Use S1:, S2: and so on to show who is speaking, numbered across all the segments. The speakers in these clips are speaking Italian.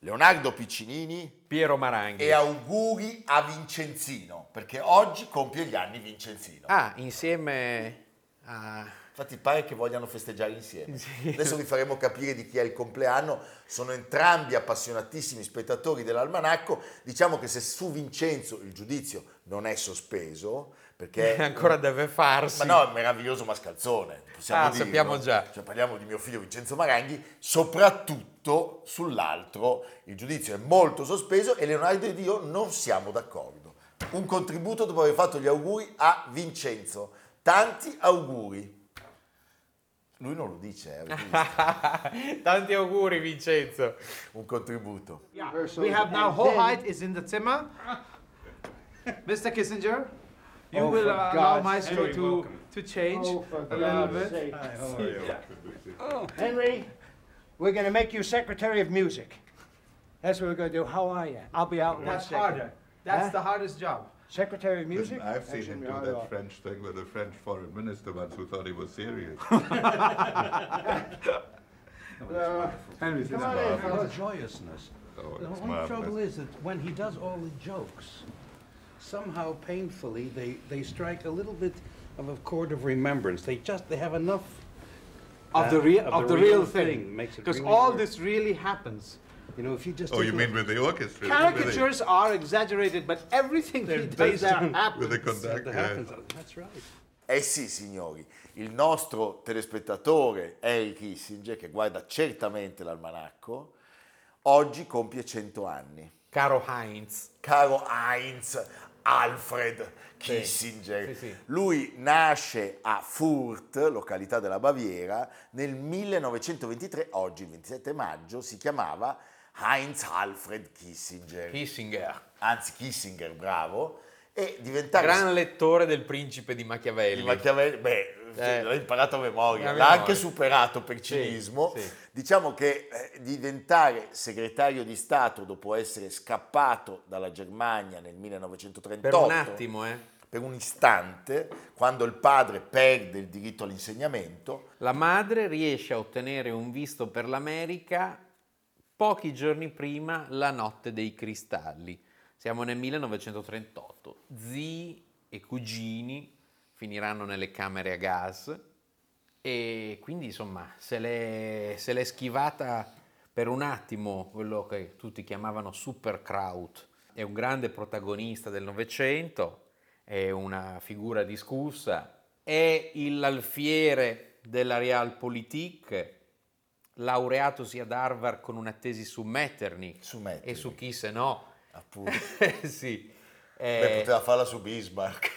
S1: Leonardo Piccinini
S2: Piero Maranghi.
S1: e auguri a Vincenzino, perché oggi compie gli anni Vincenzino.
S2: Ah, insieme a...
S1: Infatti pare che vogliano festeggiare insieme. Adesso vi faremo capire di chi è il compleanno. Sono entrambi appassionatissimi spettatori dell'almanacco. Diciamo che se su Vincenzo il giudizio non è sospeso, perché...
S2: Ancora deve farsi.
S1: Eh. Ma no, è meraviglioso mascalzone. Possiamo
S2: Ah,
S1: dirlo.
S2: sappiamo già.
S1: Cioè, parliamo di mio figlio Vincenzo Maranghi, soprattutto sull'altro il giudizio è molto sospeso e Leonardo ed io non siamo d'accordo. Un contributo dopo aver fatto gli auguri a Vincenzo. Tanti auguri. Lui non lo dice, eh, avete visto?
S2: Tanti auguri Vincenzo.
S1: un contributo.
S3: Yeah, we have now whole height is in the Zimmer. Mr. Kissinger, you
S4: Oh,
S3: will
S4: for
S3: uh, allow
S4: God's
S3: Maestro
S4: sake.
S3: to to change
S4: Oh, for
S3: a little
S4: God's
S3: bit.
S4: sake. Henry, we're going to make you Secretary of Music. That's what we're going to do. How are you? I'll be out in one
S3: That's Eh?
S4: second.
S3: harder. That's
S4: Huh?
S3: the hardest job.
S4: Secretary of Music?
S5: I've seen
S4: Actually,
S5: him
S4: we
S5: do
S4: are
S5: that
S4: off.
S5: French thing with the French foreign minister once who thought he was serious.
S4: Come on in,
S6: Well,
S4: fellas.
S6: joyousness.
S5: Oh,
S6: The
S5: it's
S6: only trouble
S5: marvelous.
S6: is that when he does all the jokes, somehow painfully, they, they strike a little bit of a chord of remembrance. They just, they have enough.
S3: Of
S6: uh,
S3: the real of, the, real, thing,
S6: makes it
S3: because
S6: really
S3: all
S6: work.
S3: this really happens.
S6: You know, if you just.
S5: Oh, you
S6: take
S5: mean
S6: a-
S5: with the orchestra? with the-
S3: Caricatures are exaggerated, but everything he does
S6: based
S3: there
S6: on-
S3: happens.
S5: With the
S6: that
S5: conductor.
S6: happens. That's right.
S1: Eh sì, signori, il nostro telespettatore Harry Kissinger, che guarda certamente l'almanacco, oggi compie 100 anni.
S2: Caro Heinz.
S1: caro Heinz Alfred Kissinger.
S2: Sì, sì.
S1: Lui nasce a Furt, località della Baviera, nel 1923, oggi il 27 maggio, si chiamava Heinz Alfred Kissinger,
S2: Kissinger.
S1: anzi Kissinger, bravo, e diventare
S2: Gran lettore del principe di Machiavelli.
S1: di Machiavelli, beh,
S2: Eh.
S1: l'ha imparato a memoria, l'ha
S2: A memoria.
S1: anche superato per cinismo.
S2: sì.
S1: Diciamo che eh, diventare segretario di Stato dopo essere scappato dalla Germania nel 1938
S2: per un attimo, eh.
S1: per un istante, quando il padre perde il diritto all'insegnamento,
S2: La madre riesce a ottenere un visto per l'America pochi giorni prima la notte dei cristalli. Siamo nel 1938. Zii e cugini finiranno nelle camere a gas e quindi insomma se l'è, se l'è schivata per un attimo quello che tutti chiamavano Superkraut. È un grande protagonista del Novecento, è una figura discussa, è il alfiere della Realpolitik, laureatosi ad Harvard con una tesi su Metternich
S1: Su Metternich.
S2: e su chi se no.
S1: appunto,
S2: sì.
S1: beh,
S2: Eh,
S1: poteva farla su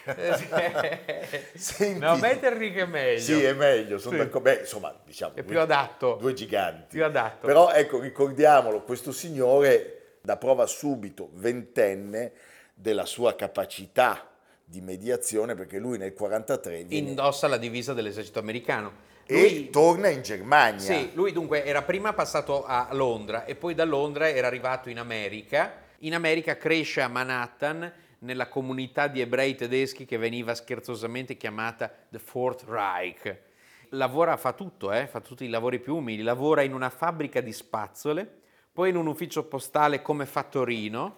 S1: Bismarck. Senti,
S2: no, Metternich è meglio.
S1: Sì, è meglio, sono
S2: Sì.
S1: d'accordo. Beh, insomma, diciamo...
S2: È
S1: due-
S2: più adatto.
S1: Due giganti.
S2: Più adatto.
S1: Però, ecco, ricordiamolo, questo signore, da prova subito, ventenne, della sua capacità di mediazione, perché lui nel 43 viene-
S2: Indossa la divisa dell'esercito americano.
S1: e torna in Germania.
S2: Sì, lui dunque era prima passato a Londra e poi da Londra era arrivato in America. In America cresce a Manhattan nella comunità di ebrei tedeschi che veniva scherzosamente chiamata The Fourth Reich. Lavora, fa tutto, eh, fa tutti i lavori più umili, lavora in una fabbrica di spazzole, poi in un ufficio postale come fattorino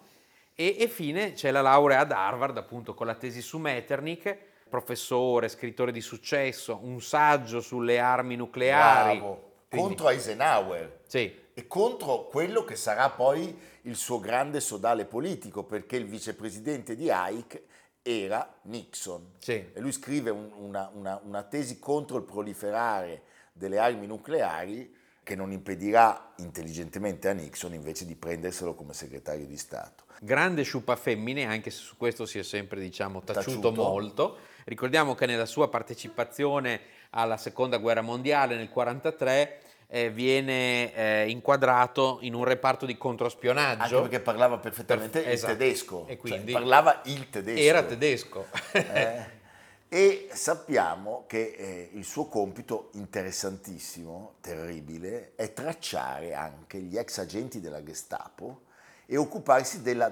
S2: e, e fine c'è la laurea ad Harvard, appunto con la tesi su Metternich, professore, scrittore di successo, un saggio sulle armi nucleari.
S1: Bravo.
S2: Quindi-
S1: Contro Eisenhower.
S2: Sì,
S1: e contro quello che sarà poi il suo grande sodale politico, perché il vicepresidente di Ike era Nixon.
S2: sì.
S1: E lui scrive un- una, una- una tesi contro il proliferare delle armi nucleari che non impedirà intelligentemente a Nixon invece di prenderselo come segretario di Stato.
S2: Grande sciupa femmine, anche se su questo si è sempre diciamo, taciuto,
S1: Taciuto.
S2: molto. Ricordiamo che nella sua partecipazione alla Seconda Guerra Mondiale nel 1943 eh, viene eh, inquadrato in un reparto di
S1: Anche
S2: controspionaggio.
S1: perché parlava perfettamente
S2: Per-
S1: il
S2: esatto.
S1: tedesco.
S2: E
S1: cioè,
S2: quindi-
S1: parlava il tedesco.
S2: Era tedesco.
S1: Eh, e sappiamo che eh, il suo compito interessantissimo, terribile, è tracciare anche gli ex agenti della Gestapo e occuparsi della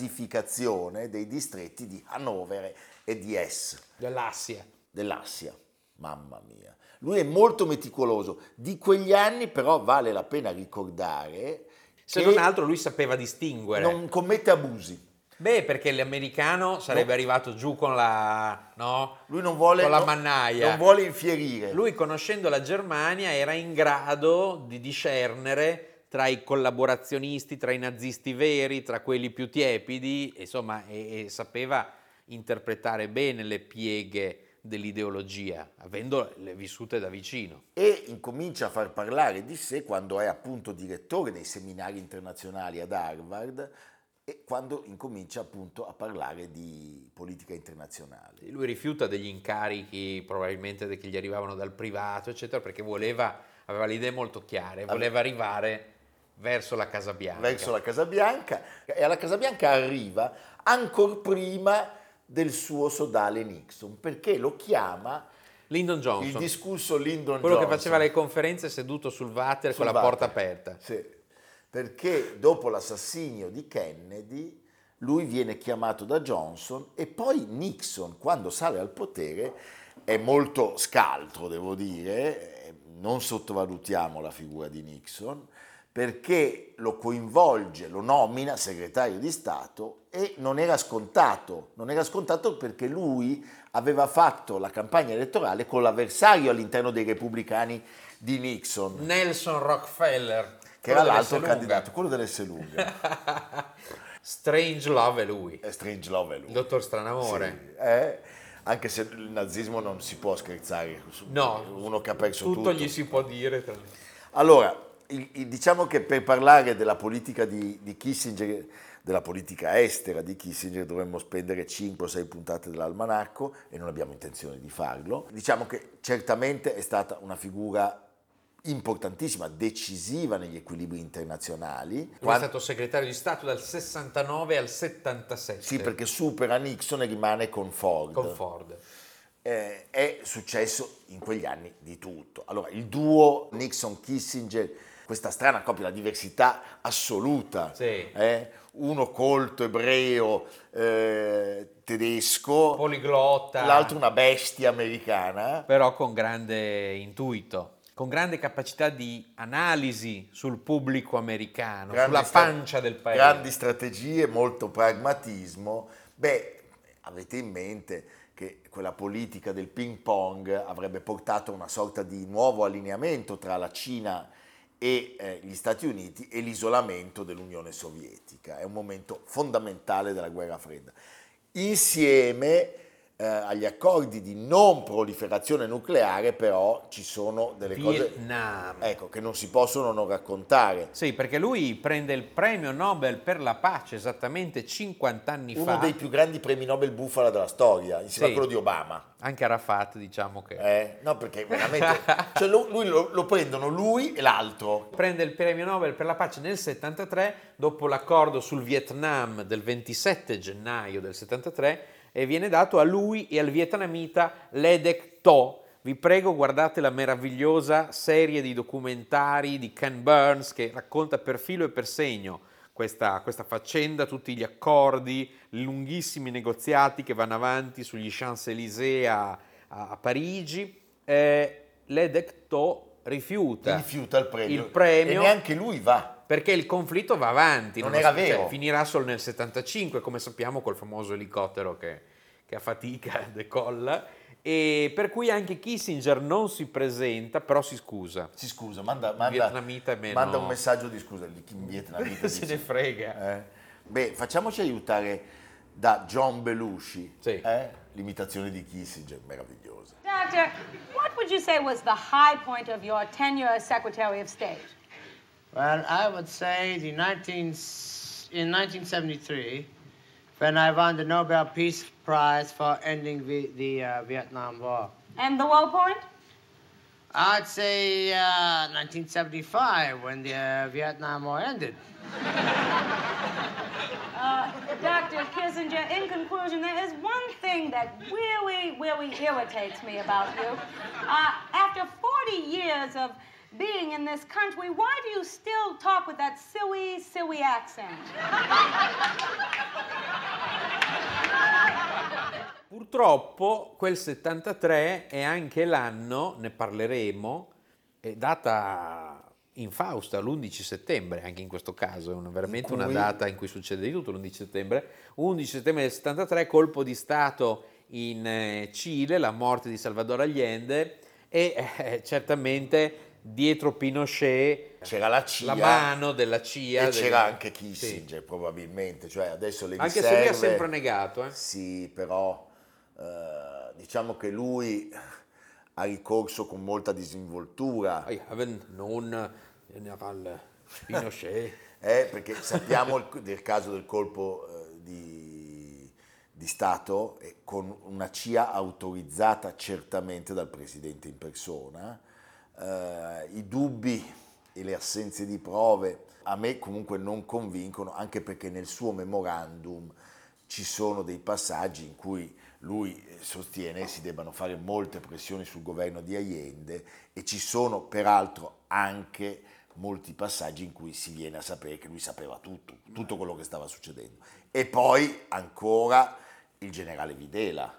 S1: denazificazione dei distretti di Hannover e di Hesse
S2: Dell'Assia.
S1: dell'Assia. Mamma mia. Lui è molto meticoloso. Di quegli anni però vale la pena ricordare
S2: Se
S1: che
S2: non altro eh. lui sapeva distinguere.
S1: non commette abusi.
S2: Beh, perché l'americano sarebbe
S1: No.
S2: arrivato giù con la... No?
S1: Lui non vuole...
S2: Con la
S1: no-
S2: mannaia.
S1: Non vuole infierire.
S2: Lui, conoscendo la Germania, era in grado di discernere tra i collaborazionisti, tra i nazisti veri, tra quelli più tiepidi, insomma, e, e sapeva interpretare bene le pieghe dell'ideologia, avendole vissute da vicino.
S1: e incomincia a far parlare di sé quando è appunto direttore dei seminari internazionali ad Harvard e quando incomincia appunto a parlare di politica internazionale.
S2: Lui rifiuta degli incarichi, probabilmente de- che gli arrivavano dal privato, eccetera, perché voleva, aveva le idee molto chiare, voleva arrivare verso la Casa Bianca.
S1: verso la Casa Bianca e alla Casa Bianca arriva ancora prima del suo sodale Nixon perché lo chiama
S2: Lyndon
S1: il
S2: Johnson.
S1: discusso Lyndon
S2: Quello che
S1: Johnson.
S2: faceva le conferenze seduto sul water
S1: Sul
S2: con la
S1: water.
S2: porta aperta.
S1: Sì, perché dopo l'assassinio di Kennedy lui viene chiamato da Johnson e poi Nixon quando sale al potere è molto scaltro devo dire, eh, non sottovalutiamo la figura di Nixon perché lo coinvolge, lo nomina segretario di Stato e non era scontato, non era scontato perché lui aveva fatto la campagna elettorale con l'avversario all'interno dei repubblicani di Nixon
S2: Nelson Rockefeller,
S1: che era l'altro candidato, quello dell'S lunga,
S2: Strange Love è lui,
S1: è Strange Love è lui.
S2: il dottor Stranamore.
S1: Sì, eh, anche se il nazismo non si può scherzare su
S2: No,
S1: uno che ha perso
S2: tutto,
S1: tutto.
S2: gli si può dire. tra l'altro.
S1: Allora, il- il- diciamo che per parlare della politica di, di Kissinger, della politica estera di Kissinger, dovremmo spendere 5 o 6 puntate dell'almanacco e non abbiamo intenzione di farlo. Diciamo che certamente è stata una figura importantissima, decisiva negli equilibri internazionali.
S2: Lui è
S1: Quando-
S2: stato segretario di Stato dal 69 al 77
S1: Sì, perché supera Nixon e rimane con Ford.
S2: con Ford.
S1: Eh, è successo in quegli anni di tutto. Allora, il duo Nixon-Kissinger, questa strana coppia, la diversità assoluta.
S2: Sì.
S1: eh? Uno colto, ebreo, eh, tedesco,
S2: Poliglotta,
S1: l'altro una bestia americana.
S2: però con grande intuito, con grande capacità di analisi sul pubblico americano,
S1: Grandi
S2: sulla
S1: stra-
S2: pancia del paese.
S1: Grandi strategie, molto pragmatismo. Beh, avete in mente che quella politica del ping pong avrebbe portato a una sorta di nuovo allineamento tra la Cina e eh, gli Stati Uniti e l'isolamento dell'Unione Sovietica. È un momento fondamentale della guerra fredda. Insieme eh, agli accordi di non proliferazione nucleare però ci sono delle cose
S2: Vietnam.
S1: ecco, che non si possono non raccontare.
S2: Sì, perché lui prende il premio Nobel per la pace esattamente 50 anni
S1: uno
S2: fa.
S1: dei più grandi premi Nobel bufala della storia, insieme
S2: Sì.
S1: a quello di Obama.
S2: Anche Arafat, diciamo che
S1: Eh? No, perché veramente. cioè, lo, lui lo, lo prendono lui e l'altro.
S2: prende il premio Nobel per la pace nel 73 dopo l'accordo sul Vietnam del 27 gennaio del 73 e viene dato a lui e al vietnamita Ledek To. Vi prego guardate la meravigliosa serie di documentari di Ken Burns che racconta per filo e per segno questa, questa faccenda, tutti gli accordi, i lunghissimi negoziati che vanno avanti sugli Champs-Élysées a, a- a Parigi. Eh, Ledek To rifiuta
S1: Rifiuta il premio.
S2: Il premio.
S1: E neanche lui va.
S2: perché il conflitto va avanti.
S1: Non
S2: nonost-
S1: era vero.
S2: cioè, finirà solo nel 75, come sappiamo, col famoso elicottero che, che a fatica decolla. E per cui anche Kissinger non si presenta, però si scusa.
S1: Si scusa, manda, manda-
S2: Vietnamita è meno-
S1: manda un messaggio di scusa. di chi in vietnamita
S2: Se
S1: dice.
S2: ne frega.
S1: Eh? Beh, facciamoci aiutare da John Belushi.
S2: Sì.
S1: eh? L'imitazione di Kissinger, meravigliosa.
S7: Doctor, what would you say was the high point of your tenure as Secretary of State?
S8: Well, I would say the 19, s- in 1973, when I won the Nobel Peace Prize for ending the, the uh, Vietnam War.
S7: And the low point?
S8: I'd say uh, 1975 when the uh, Vietnam War ended.
S7: Dr. Kissinger, in conclusion, there is one thing that really, really irritates me about you. Uh, after 40 years of being in this country, why do you still talk with that silly, silly accent?
S2: Purtroppo quel 73 è anche l'anno, ne parleremo, è data infausta l'11 settembre, anche in questo caso è una- veramente una data in cui succede di tutto l'11 settembre. 11 settembre del 73, colpo di Stato in eh, Cile, la morte di Salvador Allende e eh, certamente dietro Pinochet
S1: C'era la CIA.
S2: la mano della CIA.
S1: E
S2: del-
S1: c'era anche
S2: Sì.
S1: Kissinger, probabilmente, cioè adesso le
S2: Anche se lui ha sempre
S1: riserve-
S2: negato. eh.
S1: Sì, però eh, diciamo che lui ha ricorso con molta disinvoltura,
S2: I haven't known General Pinochet.
S1: eh, perché sappiamo il- del caso del colpo eh, di, di Stato eh, con una CIA autorizzata certamente dal Presidente in persona, Eh, i dubbi e le assenze di prove a me comunque non convincono, anche perché nel suo memorandum ci sono dei passaggi in cui lui eh, sostiene si debbano fare molte pressioni sul governo di Allende e ci sono peraltro anche molti passaggi in cui si viene a sapere che lui sapeva tutto, tutto quello che stava succedendo. E poi ancora il generale Videla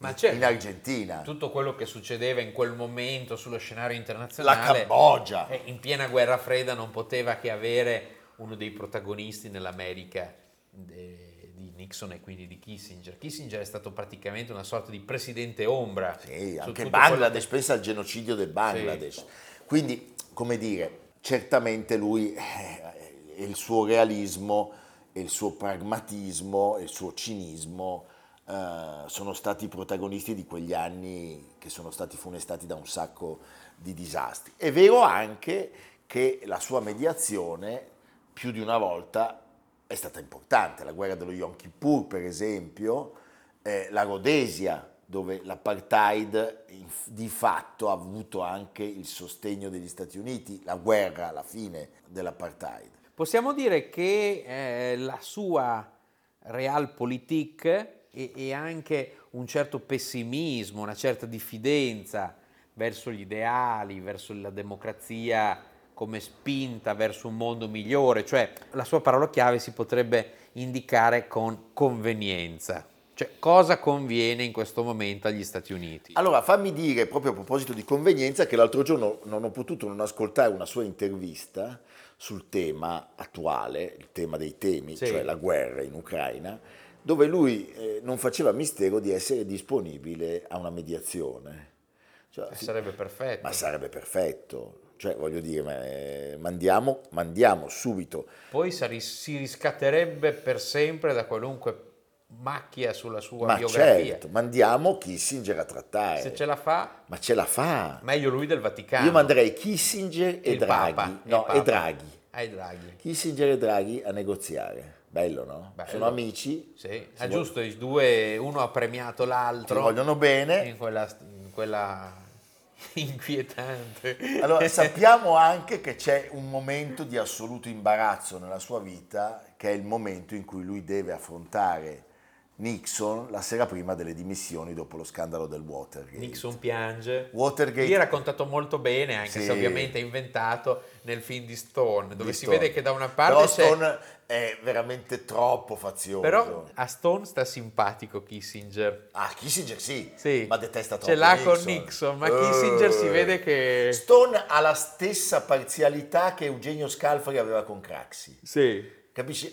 S2: Ma
S1: in-
S2: certo.
S1: in Argentina,
S2: tutto quello che succedeva in quel momento sullo scenario
S1: la
S2: internazionale.
S1: Cambogia.
S2: eh, In piena guerra fredda non poteva che avere uno dei protagonisti nell'America de- di Nixon e quindi di Kissinger. Kissinger è stato praticamente una sorta di presidente ombra.
S1: Sì,
S2: su
S1: anche
S2: tutto
S1: Bangladesh, pensa al genocidio del Bangladesh.
S2: Sì.
S1: Quindi, come dire, certamente lui eh, e il suo realismo, e il suo pragmatismo, e il suo cinismo eh, sono stati i protagonisti di quegli anni che sono stati funestati da un sacco di disastri. È vero anche che la sua mediazione più di una volta è stata importante, la guerra dello Yom Kippur per esempio, eh, la Rhodesia, dove l'apartheid in- di fatto ha avuto anche il sostegno degli Stati Uniti, la guerra alla fine dell'apartheid.
S2: quello- Possiamo dire che eh, la sua realpolitik e, e anche un certo pessimismo, una certa diffidenza verso gli ideali, verso la democrazia come spinta verso un mondo migliore, cioè la sua parola chiave si potrebbe indicare con convenienza, cioè cosa conviene in questo momento agli Stati Uniti.
S1: Allora fammi dire, proprio a proposito di convenienza, che l'altro giorno non ho potuto non ascoltare una sua intervista sul tema attuale, il tema dei temi,
S2: Sì.
S1: cioè la guerra in Ucraina, dove lui eh, non faceva mistero di essere disponibile a una mediazione. Cioè, si-
S2: Sarebbe perfetto.
S1: Ma sarebbe perfetto. Cioè, voglio dire, ma, eh, mandiamo, mandiamo subito.
S2: Poi sari- si riscatterebbe per sempre da qualunque macchia sulla sua
S1: ma
S2: biografia.
S1: certo, mandiamo Kissinger a trattare.
S2: Se ce la fa,
S1: Ma ce la fa.
S2: meglio lui del Vaticano.
S1: Io manderei Kissinger e
S2: Il
S1: Draghi.
S2: Papa, il
S1: no,
S2: Papa.
S1: e Draghi.
S2: Ai Draghi.
S1: Kissinger e Draghi a negoziare. Bello, no?
S2: Bello.
S1: Sono amici.
S2: Sì,
S1: si
S2: ah,
S1: vog-
S2: giusto, i due, uno ha premiato
S1: si
S2: l'altro.
S1: vogliono bene.
S2: In quella, in quella inquietante.
S1: Allora, sappiamo anche che c'è un momento di assoluto imbarazzo nella sua vita, che è il momento in cui lui deve affrontare Nixon la sera prima delle dimissioni dopo lo scandalo del Watergate.
S2: Nixon piange.
S1: Watergate.
S2: Lì è raccontato molto bene, anche
S1: Sì.
S2: se ovviamente è inventato nel film di Stone, dove
S1: Di
S2: si
S1: Stone.
S2: vede che da una parte
S1: Però
S2: c'è...
S1: Stone è veramente troppo fazioso.
S2: Però a Stone sta simpatico Kissinger.
S1: Ah, Kissinger sì,
S2: Sì.
S1: ma detesta troppo
S2: Ce l'ha
S1: Nixon. Eh.
S2: con Nixon, ma Kissinger si vede che-
S1: Stone ha la stessa parzialità che Eugenio Scalfari aveva con Craxi.
S2: Sì.
S1: Capisci?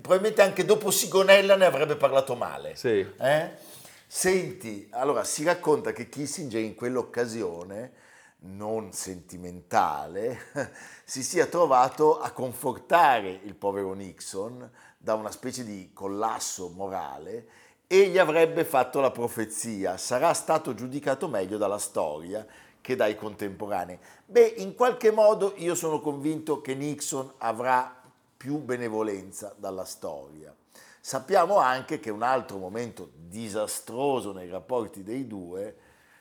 S1: Probabilmente anche dopo Sigonella ne avrebbe parlato male.
S2: Sì.
S1: Eh? Senti, allora si racconta che Kissinger in quell'occasione non sentimentale si sia trovato a confortare il povero Nixon da una specie di collasso morale e gli avrebbe fatto la profezia, sarà stato giudicato meglio dalla storia che dai contemporanei. Beh, in qualche modo io sono convinto che Nixon avrà più benevolenza dalla storia. Sappiamo anche che un altro momento disastroso nei rapporti dei due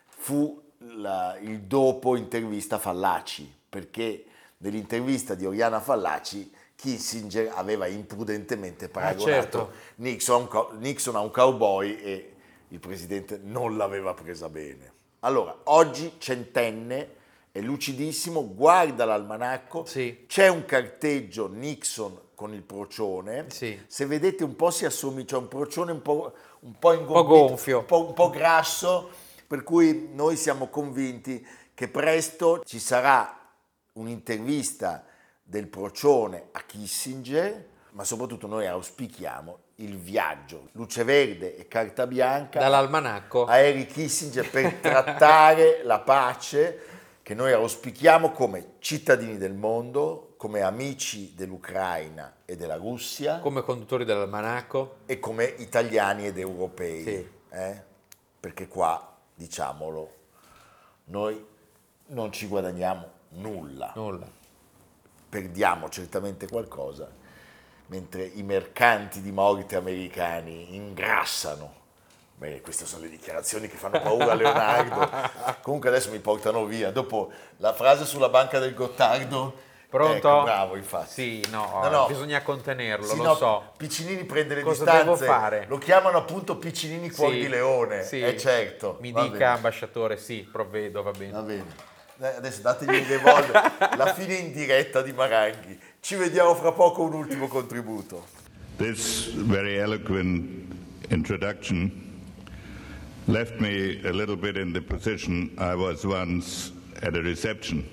S1: fu la- il dopo intervista Fallaci, perché nell'intervista di Oriana Fallaci Kissinger aveva imprudentemente paragonato
S2: certo.
S1: Nixon, a un co- Nixon a un cowboy e il presidente non l'aveva presa bene. Allora, oggi centenne, è lucidissimo, guarda l'almanacco,
S2: Sì.
S1: c'è un carteggio Nixon con il procione,
S2: Sì.
S1: se vedete un po' si assomiglia a un procione un po', un po' ingombito,
S2: gonfio.
S1: un po', un po' grasso, per cui noi siamo convinti che presto ci sarà un'intervista del procione a Kissinger, ma soprattutto noi auspichiamo il viaggio, luce verde e carta bianca
S2: Dall'almanacco.
S1: a Harry Kissinger per trattare la pace che noi auspichiamo come cittadini del mondo, come amici dell'Ucraina e della Russia
S2: Come conduttori dell'almanacco.
S1: e come italiani ed europei.
S2: Sì.
S1: eh? Perché qua, diciamolo, noi non ci guadagniamo nulla,
S2: Nulla.
S1: perdiamo certamente qualcosa, mentre i mercanti di morte americani ingrassano. Beh, queste sono le dichiarazioni che fanno paura a Leonardo. Comunque adesso mi portano via. Dopo la frase sulla banca del Gottardo.
S2: Pronto?
S1: Ecco, bravo, infatti.
S2: Sì, no, bisogna contenerlo,
S1: Sì,
S2: lo
S1: no,
S2: so.
S1: Piccinini prende le
S2: Cosa
S1: distanze.
S2: devo fare?
S1: Lo chiamano appunto Piccinini Cuor
S2: Sì,
S1: di Leone.
S2: sì.
S1: Eh, certo.
S2: Mi
S1: Va
S2: dica,
S1: bene.
S2: ambasciatore, sì, provvedo, va bene.
S1: Va bene. Dai, Adesso dategli un revolver. La fine in diretta di Maranghi. Ci vediamo fra poco un ultimo contributo.
S5: This very eloquent introduction left me a little bit in the position I was once at a reception,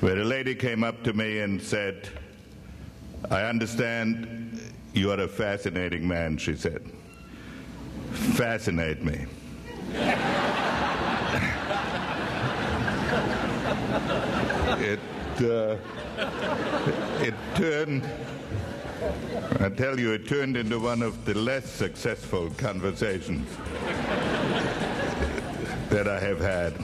S5: where a lady came up to me and said, I understand you are a fascinating man, she said. Fascinate me. it, uh, it turned. I tell you, it turned into one of the less successful conversations that I have had.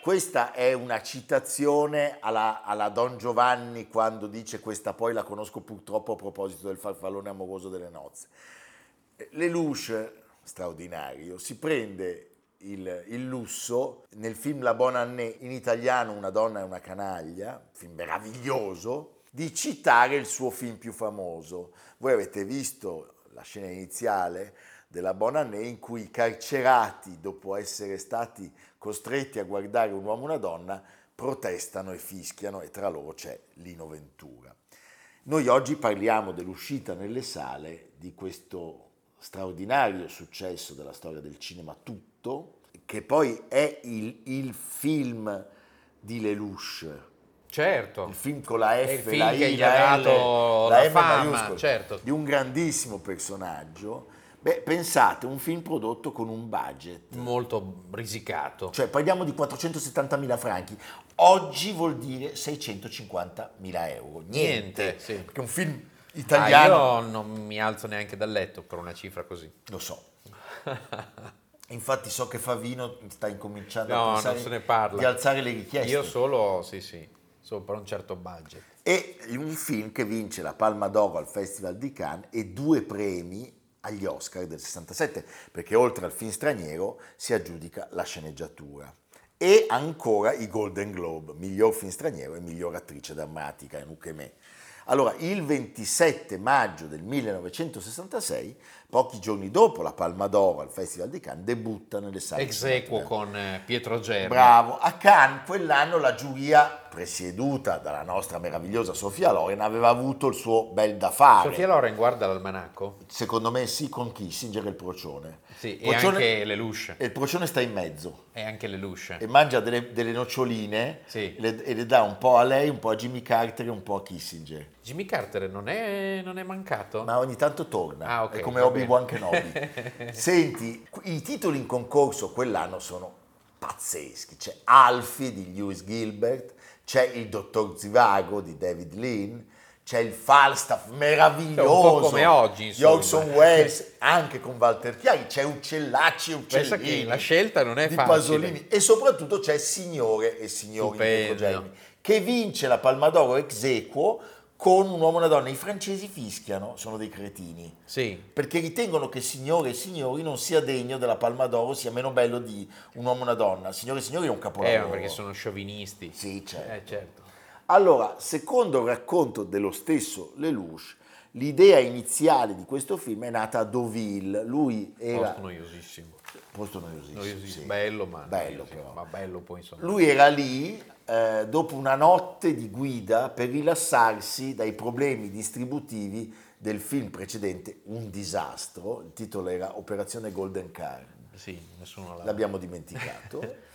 S1: Questa è una citazione alla, alla Don Giovanni quando dice questa poi la conosco purtroppo a proposito del farfallone amoroso delle nozze. Eh, Lelouch, straordinario, si prende il, il lusso nel film La Bonne Année, in italiano Una donna e una canaglia, film meraviglioso, di citare il suo film più famoso. Voi avete visto la scena iniziale della Bonne Année in cui i carcerati, dopo essere stati costretti a guardare un uomo e una donna, protestano e fischiano e tra loro c'è Lino Ventura. Noi oggi parliamo dell'uscita nelle sale di questo straordinario successo della storia del cinema tutto, che poi è il, il film di Lelouch,
S2: Certo.
S1: il film con la
S2: il
S1: F,
S2: film
S1: la
S2: che
S1: I,
S2: gli
S1: la
S2: ha
S1: L,
S2: dato
S1: la
S2: la
S1: M
S2: fama,
S1: maiuscola,
S2: certo.
S1: di un grandissimo personaggio. Beh, pensate, un film prodotto con un budget
S2: Molto risicato.
S1: cioè parliamo di 470.000 franchi, oggi vuol dire 650.000 euro. Niente,
S2: Niente, sì.
S1: perché un film
S2: Ah,
S1: Cioè, italiano...
S2: io non mi alzo neanche dal letto per una cifra così.
S1: Lo so. Infatti so che Favino sta incominciando
S2: No,
S1: a
S2: non
S1: pensare
S2: se ne parla.
S1: di alzare le richieste.
S2: Io solo, sì, sì, sopra un certo budget.
S1: E un film che vince la Palma d'Oro al Festival di Cannes e due premi agli Oscar del 67, perché oltre al film straniero si aggiudica la sceneggiatura. E ancora i Golden Globe, miglior film straniero e miglior attrice drammatica, in Ukeme. Allora, il 27 maggio del 1966, pochi giorni dopo la Palma d'Oro al Festival di Cannes, debutta nelle sale
S2: Ex equo
S1: cinematografiche.
S2: con eh, Pietro Germi.
S1: Bravo, a Cannes quell'anno la giuria presieduta dalla nostra meravigliosa Sofia Loren aveva avuto il suo bel da fare.
S2: Sofia Loren guarda l'almanacco?
S1: Secondo me sì con Kissinger e il procione.
S2: Sì, e
S1: Procione-
S2: anche Lelouch.
S1: E il procione sta in mezzo
S2: E anche Lelouch.
S1: e mangia delle, delle noccioline
S2: Sì.
S1: le- e le dà un po' a lei, un po' a Jimmy Carter e un po' a Kissinger.
S2: Jimmy Carter non è, non è mancato?
S1: Ma ogni tanto torna,
S2: Ah, ok,
S1: è come
S2: va
S1: Obi-Wan
S2: bene.
S1: Kenobi. Senti, qu- i titoli in concorso quell'anno sono pazzeschi. C'è Alfie di Lewis Gilbert, c'è il Dottor Zivago di David Lean, c'è il Falstaff meraviglioso.
S2: Un po' come oggi, insomma.
S1: di Orson Welles, anche con Walter Chiari, c'è Uccellacci e
S2: Pensa
S1: Uccellini.
S2: che la scelta non è
S1: di
S2: facile.
S1: Pasolini e soprattutto c'è Signore e Signori di Pietro
S2: Stupendo.
S1: Gelmi, che vince la Palma d'Oro ex equo con un uomo e una donna. I francesi fischiano, sono dei cretini,
S2: Sì.
S1: perché ritengono che Signore e Signori non sia degno della Palma d'Oro, sia meno bello di un uomo e una donna. Signore e Signori è un
S2: Eh,
S1: capolavoro.
S2: ma perché sono sciovinisti.
S1: Sì, certo.
S2: Eh, certo.
S1: Allora, secondo il racconto dello stesso Lelouch, l'idea iniziale di questo film è nata a Deauville. Lui era...
S2: Posto noiosissimo.
S1: Posto noiosissimo,
S2: Noiosissimo.
S1: sì.
S2: Bello, ma...
S1: Bello,
S2: noiosissimo.
S1: però.
S2: Ma bello poi, insomma.
S1: Lui era lì eh, dopo una notte di guida per rilassarsi dai problemi distributivi del film precedente, Un disastro, il titolo era Operazione Golden Car,
S2: Sì, nessuno l'ha...
S1: l'abbiamo dimenticato.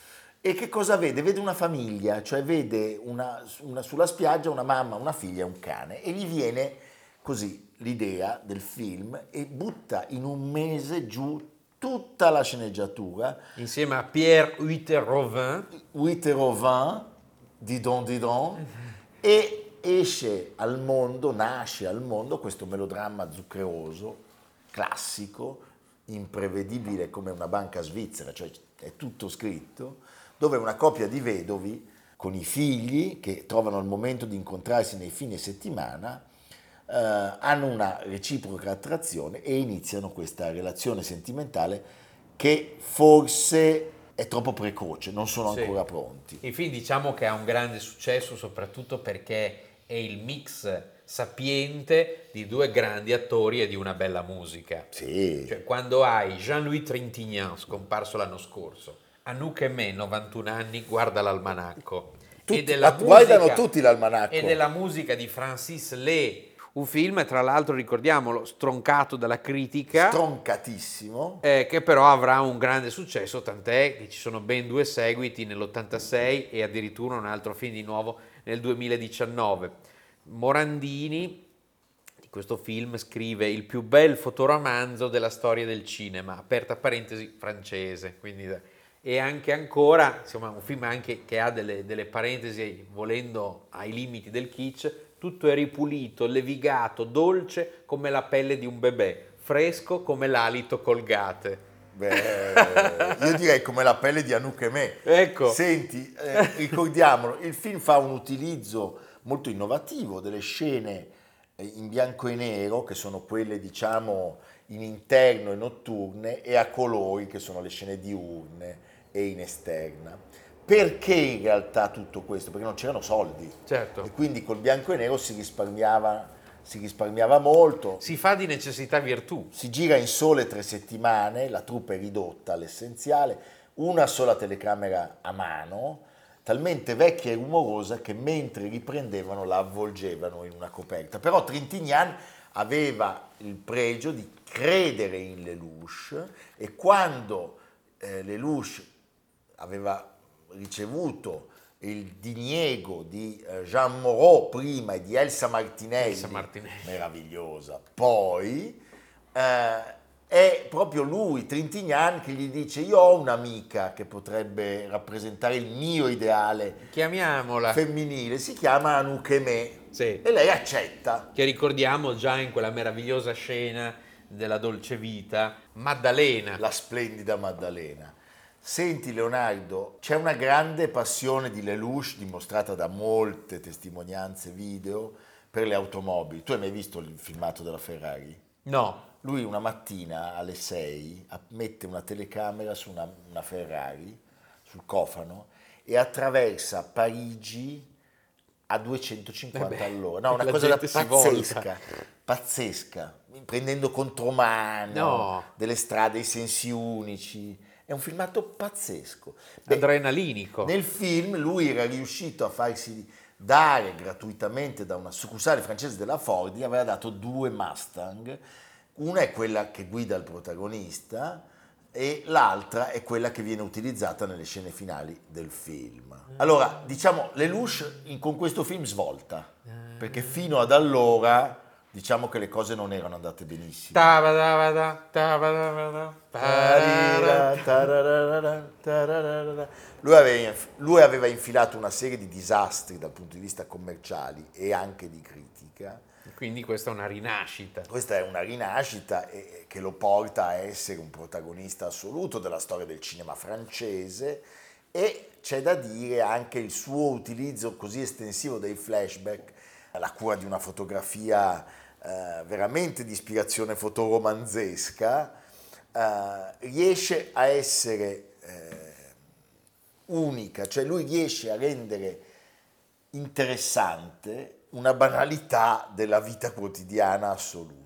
S1: e che cosa vede? Vede una famiglia, cioè vede una- una- sulla spiaggia una mamma, una figlia e un cane e gli viene così l'idea del film e butta in un mese giù tutta la sceneggiatura
S2: Insieme a Pierre Huiter Rovin.
S1: 8,20 Didon Didon e esce al mondo, nasce al mondo questo melodramma zuccheroso, classico, imprevedibile come una banca svizzera, cioè è tutto scritto, dove una coppia di vedovi con i figli che trovano il momento di incontrarsi nei fine settimana eh, hanno una reciproca attrazione e iniziano questa relazione sentimentale che forse è troppo precoce, non sono
S2: Sì.
S1: ancora pronti.
S2: Il film diciamo che ha un grande successo soprattutto perché è il mix sapiente di due grandi attori e di una bella musica.
S1: Sì,
S2: Cioè, quando hai Jean-Louis Trintignant, scomparso l'anno scorso, Anouk e me, 91 anni, guarda l'almanacco.
S1: Tutti-
S2: e della
S1: ma guardano tutti l'almanacco.
S2: E della musica di Francis Lé. Un film, tra l'altro, ricordiamolo, stroncato dalla critica,
S1: troncatissimo.
S2: eh, che però avrà un grande successo, tant'è che ci sono ben due seguiti nell'86 e addirittura un altro film di nuovo nel 2019. Morandini di questo film scrive il più bel fotoromanzo della storia del cinema, aperta parentesi francese, quindi da- e anche ancora, insomma, un film anche che ha delle, delle parentesi volendo ai limiti del kitsch, tutto è ripulito, levigato, dolce come la pelle di un bebè, fresco come l'alito colgate.
S1: Beh, io direi come la pelle di Anouk e me.
S2: Ecco.
S1: Senti, eh, ricordiamolo, il film fa un utilizzo molto innovativo delle scene eh, in bianco e nero, che sono quelle diciamo in interno e notturne, e a colori, che sono le scene diurne e in esterna. Perché in realtà tutto questo? Perché non c'erano soldi.
S2: Certo.
S1: E quindi col bianco e nero si risparmiava, si risparmiava molto.
S2: Si fa di necessità virtù.
S1: Si gira in sole tre settimane, la troupe è ridotta all'essenziale, una sola telecamera a mano, talmente vecchia e rumorosa che mentre riprendevano la avvolgevano in una coperta. Però Trintignant aveva il pregio di credere in Lelouch e quando eh, Lelouch aveva ricevuto il diniego di eh, Jean Moreau prima e di Elsa Martinelli,
S2: Elsa Martinelli.
S1: meravigliosa, poi eh, è proprio lui, Trintignant, che gli dice io ho un'amica che potrebbe rappresentare il mio ideale
S2: Chiamiamola.
S1: femminile, si chiama Anoukeme
S2: Sì.
S1: e lei accetta.
S2: che ricordiamo già in quella meravigliosa scena della dolce vita, Maddalena.
S1: la splendida Maddalena. Senti Leonardo, c'è una grande passione di Lelouch dimostrata da molte testimonianze video per le automobili. Tu hai mai visto il filmato della Ferrari?
S2: No,
S1: Lui una mattina alle 6 a- mette una telecamera su una, una Ferrari, sul cofano, e attraversa Parigi a 250
S2: Eh beh,
S1: all'ora. No, una
S2: la
S1: cosa da
S2: gente si volta.
S1: pazzesca, pazzesca, prendendo contromano
S2: No.
S1: delle strade, i sensi unici. È un filmato pazzesco. Beh,
S2: Adrenalinico.
S1: nel film lui era riuscito a farsi dare gratuitamente da una succursale francese della Ford, gli aveva dato due Mustang, una è quella che guida il protagonista e l'altra è quella che viene utilizzata nelle scene finali del film. Allora, diciamo, Lelouch in- con questo film svolta, perché fino ad allora diciamo che le cose non erano andate benissimo.
S2: Tabadabada, tabadabada,
S1: Ah,
S2: tarara.
S1: Tarira, tararara, tararara. Lui aveva, lui aveva infilato una serie di disastri dal punto di vista commerciali e anche di critica.
S2: Quindi questa è una rinascita.
S1: Questa è una rinascita e- e che lo porta a essere un protagonista assoluto della storia del cinema francese e c'è da dire anche il suo utilizzo così estensivo dei flashback, la cura di una fotografia eh, veramente di ispirazione fotoromanzesca, eh, riesce a essere eh, unica, cioè lui riesce a rendere interessante una banalità della vita quotidiana assoluta.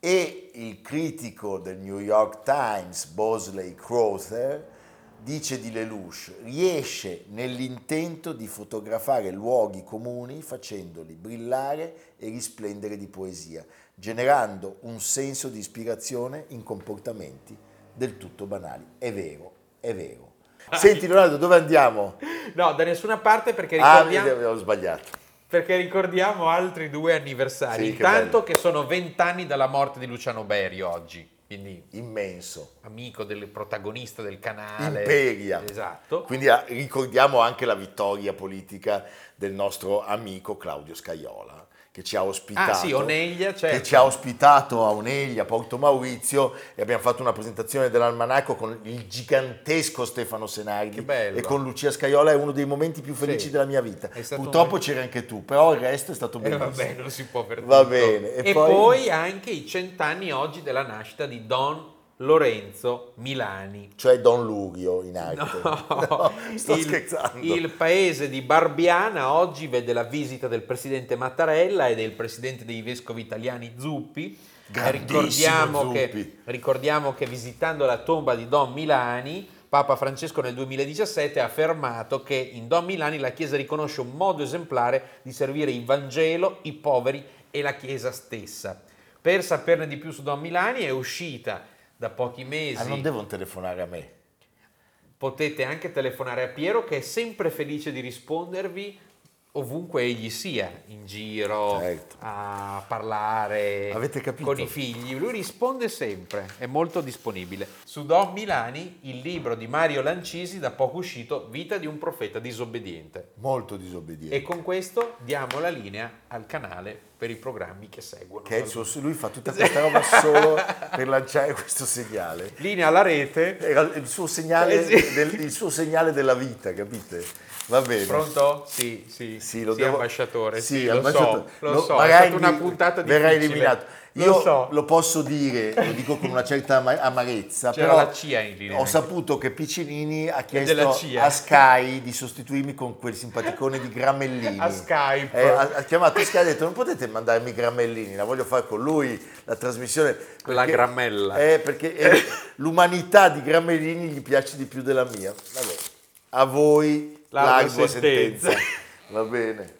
S1: E il critico del New York Times, Bosley Crowther, dice di Lelouch, riesce nell'intento di fotografare luoghi comuni facendoli brillare e risplendere di poesia, generando un senso di ispirazione in comportamenti del tutto banali. È vero, è vero. Senti Leonardo, dove andiamo?
S2: No, da nessuna parte perché
S1: Ah,
S2: ricordiamo,
S1: mi- ho sbagliato.
S2: perché ricordiamo altri due anniversari.
S1: Sì, che
S2: Intanto
S1: bello.
S2: che, sono vent'anni dalla morte di Luciano Berio oggi, quindi
S1: Immenso.
S2: amico del protagonista del canale.
S1: Imperia.
S2: Esatto.
S1: Quindi ah, ricordiamo anche la vittoria politica del nostro amico Claudio Scaiola, che ci ha ospitato.
S2: Ah, sì, Oneglia, certo.
S1: Che ci ha ospitato a Oneglia, a Porto Maurizio, e abbiamo fatto una presentazione dell'almanacco con il gigantesco Stefano Senardi.
S2: Che bello.
S1: E con Lucia Scaiola è uno dei momenti più felici
S2: Sì.
S1: della mia vita.
S2: È stato
S1: Purtroppo
S2: un-
S1: c'era anche tu, però il resto è stato
S2: Eh,
S1: benissimo.
S2: vabbè, non si può per
S1: Va
S2: tutto.
S1: bene,
S2: E,
S1: e
S2: poi...
S1: poi-
S2: anche i cent'anni oggi della nascita di Don Lorenzo Milani.
S1: Cioè Don Lurio in arte.
S2: No,
S1: sto
S2: il-
S1: scherzando.
S2: Il paese di Barbiana oggi vede la visita del presidente Mattarella e del presidente dei vescovi italiani Zuppi.
S1: Grandissimo
S2: Ricordiamo che,
S1: Zuppi.
S2: ricordiamo che visitando la tomba di Don Milani, Papa Francesco nel 2017 ha affermato che in Don Milani la Chiesa riconosce un modo esemplare di servire il Vangelo, i poveri e la Chiesa stessa. Per saperne di più su Don Milani è uscita da pochi mesi
S1: Ah, non devono telefonare a me.
S2: Potete anche telefonare a Piero che è sempre felice di rispondervi ovunque egli sia, in giro,
S1: Certo.
S2: a parlare
S1: Avete capito?
S2: con i figli. Lui risponde sempre, è molto disponibile. Su Don Milani, il libro di Mario Lancisi da poco uscito, Vita di un profeta disobbediente.
S1: Molto disobbediente.
S2: E con questo diamo la linea al canale per i programmi che seguono.
S1: Che è il suo- lui fa tutta questa roba solo per lanciare questo segnale.
S2: Linea alla rete.
S1: Era il suo segnale,
S2: Eh sì.
S1: del- il suo segnale della vita, capite? Va bene.
S2: Pronto? Sì, sì,
S1: Sì, lo
S2: sì,
S1: devo-
S2: ambasciatore, sì,
S1: ambasciatore.
S2: lo so, lo
S1: No,
S2: so,
S1: magari
S2: è stata una puntata difficile.
S1: Verrà eliminato. Io
S2: lo
S1: lo,
S2: so,
S1: posso dire, lo dico con una certa ama- amarezza,
S2: C'era
S1: però
S2: la CIA in linea
S1: ho
S2: anche.
S1: saputo che Piccinini ha
S2: della
S1: chiesto
S2: CIA.
S1: a Sky di sostituirmi con quel simpaticone di Gramellini.
S2: A Skype.
S1: Eh, ha, ha chiamato Sky e ha detto non potete mandarmi Gramellini, la voglio fare con lui, la trasmissione.
S2: La
S1: perché-
S2: grammella.
S1: Eh, perché eh, l'umanità di Gramellini gli piace di più della mia. Vabbè. A voi
S2: Larga
S1: largo
S2: sentenza.
S1: sentenza. Va bene.